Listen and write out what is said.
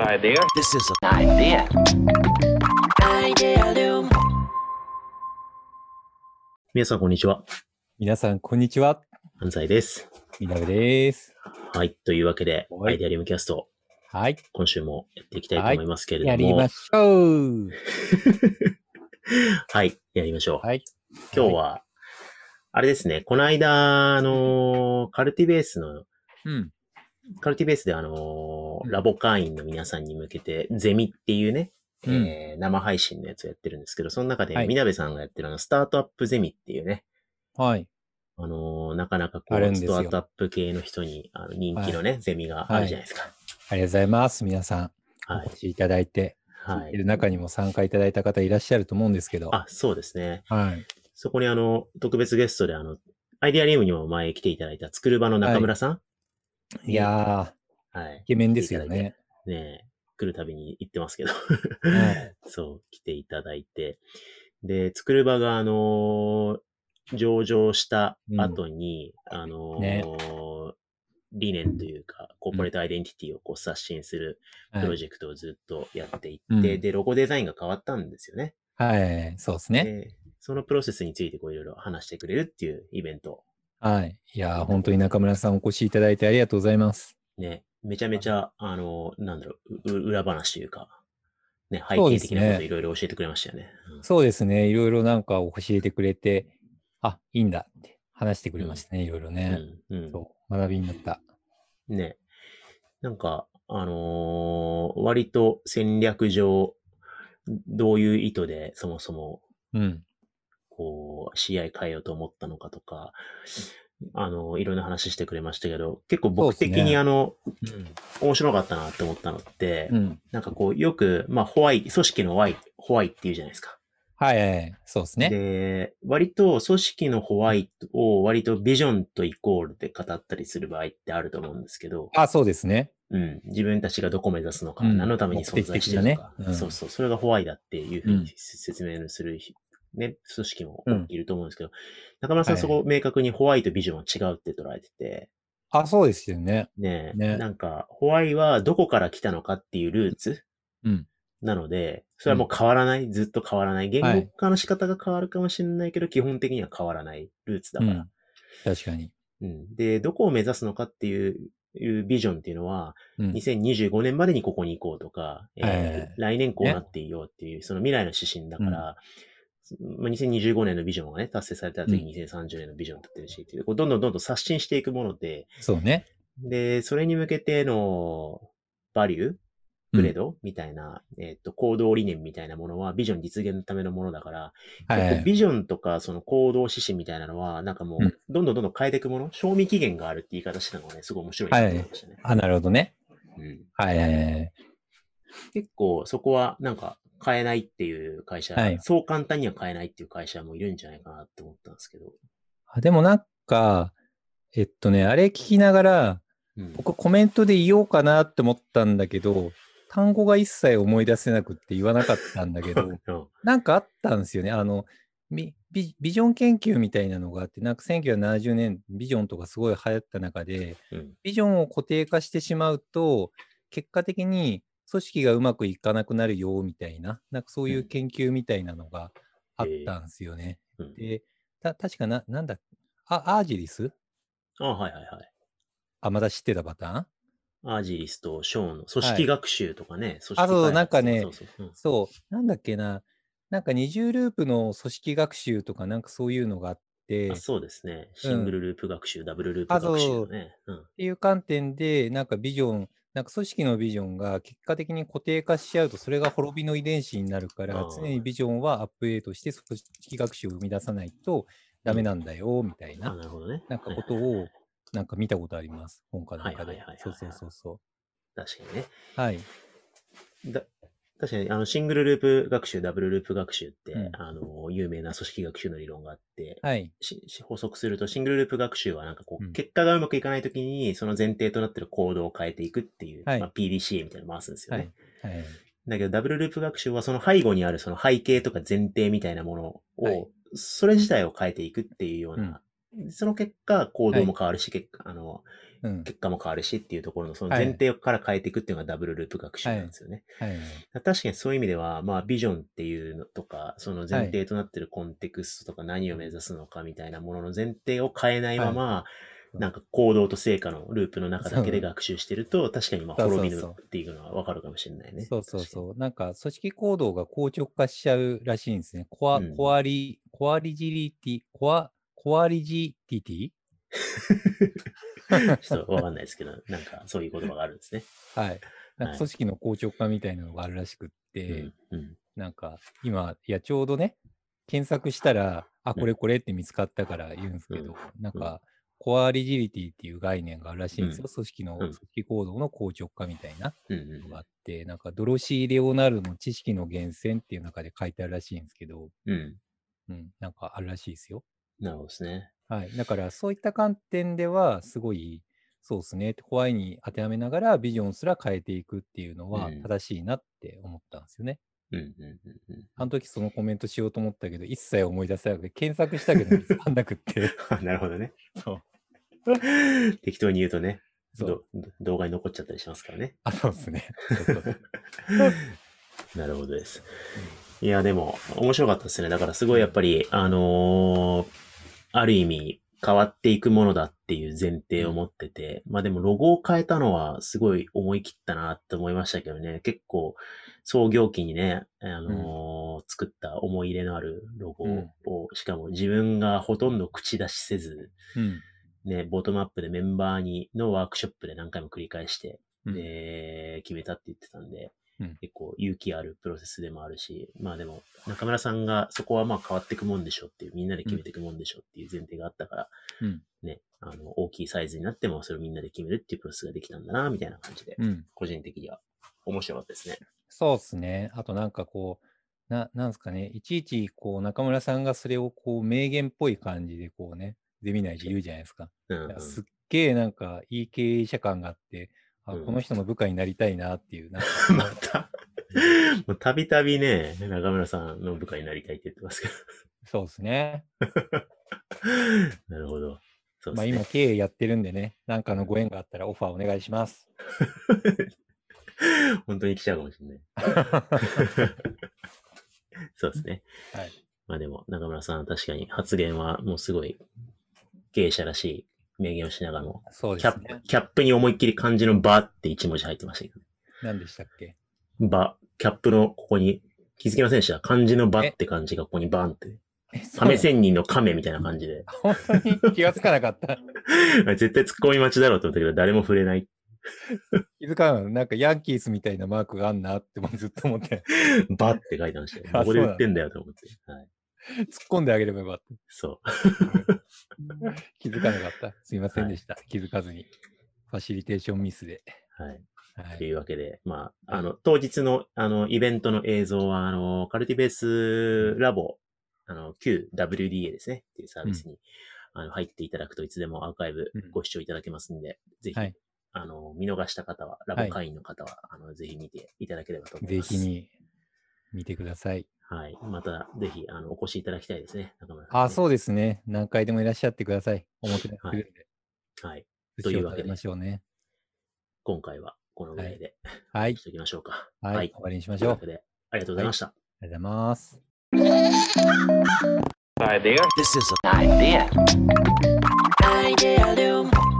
idea. This is a Idea. Idea Loom. 皆さんこんにちは。皆さん、こんにちは。安西です。みなべです。はい。というわけで、はいアイデアリウムキャスト、はい。今週もやっていきたいと思いますけれども。やりましょう。 はい。やりましょう。はい。今日は、あれですね、この間、あのーカルティベースの、うん。カルティベースであのーうんラボ会員の皆さんに向けて、ゼミっていうね、うんえー生配信のやつをやってるんですけど、その中で、はいみなべさんがやってるあの、スタートアップゼミっていうね、はい。あのーなかなかこあるんう、ですスよタートアップ系の人にあの人気のね、ゼミがあるじゃないですか。ありがとうございます。皆さん、はいお越しいただいて、はい聞い、てる中にも参加いただいた方いらっしゃると思うんですけど。あ、そうですね。はい。そこにあの、特別ゲストであの、アイデアリウムにも前来ていただいた作る場の中村さんいやはい。ー、イケメンですよね。ねえ来るたびに行ってますけど。はい そう、来ていただいて。で、作る場があのー上場した後に、あのーね理念というか、コーポレートアイデンティティをこう刷新するはプロい。ジェクトをずっとやっていうんって、で、ロゴデザインが変わったんですよね。はい。そうですね。でそのプロセスについてこういろいろ話してくれるっていうイベントはい。いやー、本当に中村さんお越しいただいてありがとうございます。ね、めちゃめちゃ、あの、なんだろう、う裏話というか、ね、背そう景です的ねなこといろいろ教えてくれましたよね。そうですね。いろいろなんか教えてくれて、あ、いいんだって話してくれましたね。いろいろうね。ん、うんそう。学びになった。ね。なんか、あのー割と戦略上、どういう意図でそもそも、うん。こう、試合変えようと思ったのかとか、あの、いろんな話してくれましたけど、結構僕そうですね的にあの、面白かったなって思ったのって、うん。なんかこう、よく、まあ、ホワイ、組織のホワイ、ホワイっていうじゃないですか。はいはいはい。そうですね。で、割と組織のホワイトを割とビジョンとイコールで語ったりする場合ってあると思うんですけど、あ、そうですね。うん、自分たちがどこ目指すのか、うん何のために存在してるのか、目的だねうんそうそう、それがホワイだっていうふううんに説明する、ね、組織もいると思うんですけど、中村さんはいそこ明確にホワイとビジョンは違うって捉えてて、あ、そうですよね。ねえねなんかホワイはどこから来たのかっていうルーツうん。なので、それはもう変わらない、ずっと変わらない。言語化の仕方が変わるかもしれないけど、基本的には変わらないルーツだうから。ん。確かに。うんで、どこを目指すのかっていう、いうビジョンっていうのは、うん。 2025年までにここに行こうとか、えーええ来年こうなっていようっていう、その未来の指針だから、まあ2025年のビジョンがね、達成されたら次うん2030年のビジョン立ってるし、っていうこうどんどんどんどん刷新していくもので、そうね。で、それに向けてのバリューうんグレードみたいな、えっと、行動理念みたいなものは、ビジョン実現のためのものだから、はいは結構い。ビジョンとか、その行動指針みたいなのは、なんかもう、うんどんどんどんどん変えていくもの、賞味期限があるって言い方してたのがね、すごい面白いなと思いましたね。あ、なるほどね。うんはいはいはい。結構、そこは、なんか、変えないっていう会社、はいそう簡単には変えないっていう会社もいるんじゃないかなって思ったんですけど。あでもなんか、えっとね、あれ聞きながら、うん、僕コメントで言おうかなって思ったんだけど、単語が一切思い出せなくって言わなかったんだ けど、うんなんかあったんですよね。あの、みビビジョン研究みたいなのがあって、なんか1970年、ビジョンとかすごい流行った中で、うんビジョンを固定化してしまうと、結果的に組織がうまくいかなくなるよみたいな、なんかそういううん研究みたいなのがあったんですよね。うんで、た確かな、なんだあ、アージリスあ、はいはいはい。あ、まだ知ってたパターンアージリスとショーの組織学習とかね、組織あそ開う発なんかねそうそうそううんそう、なんだっけな、なんか二重ループの組織学習とかなんかそういうのがあって、あっそうですね。シングルループ学習、ダブルループあそう学習のね。うんていう観点で、なんかビジョン、なんか組織のビジョンが結果的に固定化しちゃうと、それが滅びの遺伝子になるからあ、ー常にビジョンはアップデートして組織学習を生み出さないとダメなんだよ、みたいあ、な、なるほどね。なんかはいことを、なんか見たことあります、本かなんかはいはいではいはい。そうそうそうそ確かにね。う。はい。だ確かに、あの、シングルループ学習、ダブルループ学習って、うんあの、有名な組織学習の理論があって、はい。しし補足すると、シングルループ学習はなんかこうう、ん結果がうまくいかないときに、その前提となってる行動を変えていくっていう、はいまあ、PDCA みたいなの回すんですよはね。い。はい。だけど、ダブルループ学習はその背後にあるその背景とか前提みたいなものを、はいそれ自体を変えていくっていうような、その結果、行動も変わるし、結果あの、うん。結果も変わるしっていうところの、そのはい前提から変えていくっていうのがダブルループ学習なんですよね。はいはい。確かにそういう意味では、まあ、ビジョンっていうのとか、その前提となってるコンテクストとか、何を目指すのかみたいなものの前提を変えないまま、いなんか行動と成果のループの中だけでそう学習してると、確かにまあそうそうそう滅びるっていうのはわかるかもしれないね。そうそう確そう。なんか、組織行動が硬直化しちゃうらしいんですね。コア、うんコアリ、コアリジリティ、コア、コアリジティティ かに。ちょっとわかんないですけど、なんかそういう言葉があるんですね。はい。なんはかい組織の硬直化みたいなのがあるらしくって、うんうんなんか今、いや、ちょうどね、検索したら、あ、これこれって見つかったから言うんですけど、なんか、コアリジリティっていう概念があるらしいんですよ。う組織の、ん組織行動の硬直化みたいなうんのがあって、なんか、ドロシー・レオナルドの知識の源泉っていう中で書いてあるらしいんですけど、うんうんうん、なんかあるらしいですよ。なるほどですね。はい。だから、そういった観点では、すごい、そうですね。ホワイに当てはめながら、ビジョンすら変えていくっていうのはうん正しいなって思ったんですよね。うんうんうんうん。あの時そのコメントしようと思ったけど、一切思い出せなくて、検索したけど見つかんなくって。 あ なるほどね。そう。適当に言うとね、そう。ど動画に残っちゃったりしますからね。あ、そうですね。そうそうそうなるほどです。いや、でも、面白かったですね。だから、すごいやっぱり、あのーある意味、変わっていくものだっていう前提を持ってて、まあでも、ロゴを変えたのは、すごい思い切ったなって思いましたけどね。結構、創業期にね、あのー作った思い入れのあるロゴを、しかも自分がほとんど口出しせず、うん。ね、ボトムアップでメンバーに、のワークショップで何回も繰り返して、うんで、決めたって言ってたんで、うん結構勇気あるプロセスでもあるし、まあでも、中村さんがそこはまあ変わっていくもんでしょうっていう、みんなで決めていくもんでしょうっていう前提があったから、うんね、あの、大きいサイズになってもそれをみんなで決めるっていうプロセスができたんだな、みたいな感じで、うん。個人的には面白かったですね。そうですね。あとなんかこう、ななんですかね、いちいちこう中村さんがそれをこう名言っぽい感じでこうね、ゼミ内で言うじゃないですか。うんうん、だからすっげえなんかいい経営者感があって、あうんこの人の部下になりたいなっていう、なんか また、 もうたびたびね、中村さんの部下になりたいって言ってますけど。 そうですね。なるほど。そうでますあね。今経営やってるんでね、なんかのご縁があったらオファーお願いします。 本当に来ちゃうかもし れない。そうですね。はい。まあでも、中村さん、確かに発言はもうすごい経営者らしい名言をしながらも、そうでキャすップね。キャップに思いっきり漢字のバって一文字入ってましたけど、何でしたっけね、バ、キャップのここに、気づきませんでした漢字のバって漢字がここにバンって、え、そ亀仙人の亀みたいな感じで、うなの本当に気がつかなかった。 絶対突っ込み待ちだろうと思ったけど、誰も触れない。気づかなかった。なんかヤンキースみたいなマークがあんなってもうずっと思って、 バって書いてましたよ。あどこで売ってんだよと思って。はい。突っ込んであげればよかった。そう。気づかなかった。すいませんでした。気づかずに。ファシリテーションミスで。はい。はとい。いうわけで、まあ、あの、当日の、あの、イベントの映像は、あの、カルティベースラボ、あの、旧 WDA ですね、っていうサービスに、あの、入っていただくといつでもアーカイブうんご視聴いただけますんで、ぜひ、はいあの、見逃した方は、ラボ会員の方は、あの、ぜひ見ていただければと思いぜます。ひに見てください。はい。また、ぜひ、あの、お越しいただきたいですね、中村さん、あ、そうですね。何回でもいらっしゃってください。おもてなしするんで。う。はい。寿司というをわ食けでべましょうね。今回は、このぐらいで、はいし。ときましょうか。ははいい。終わりにしましというょう。あわけで、ありがとうございました。りがとうございます。 Idea Loom.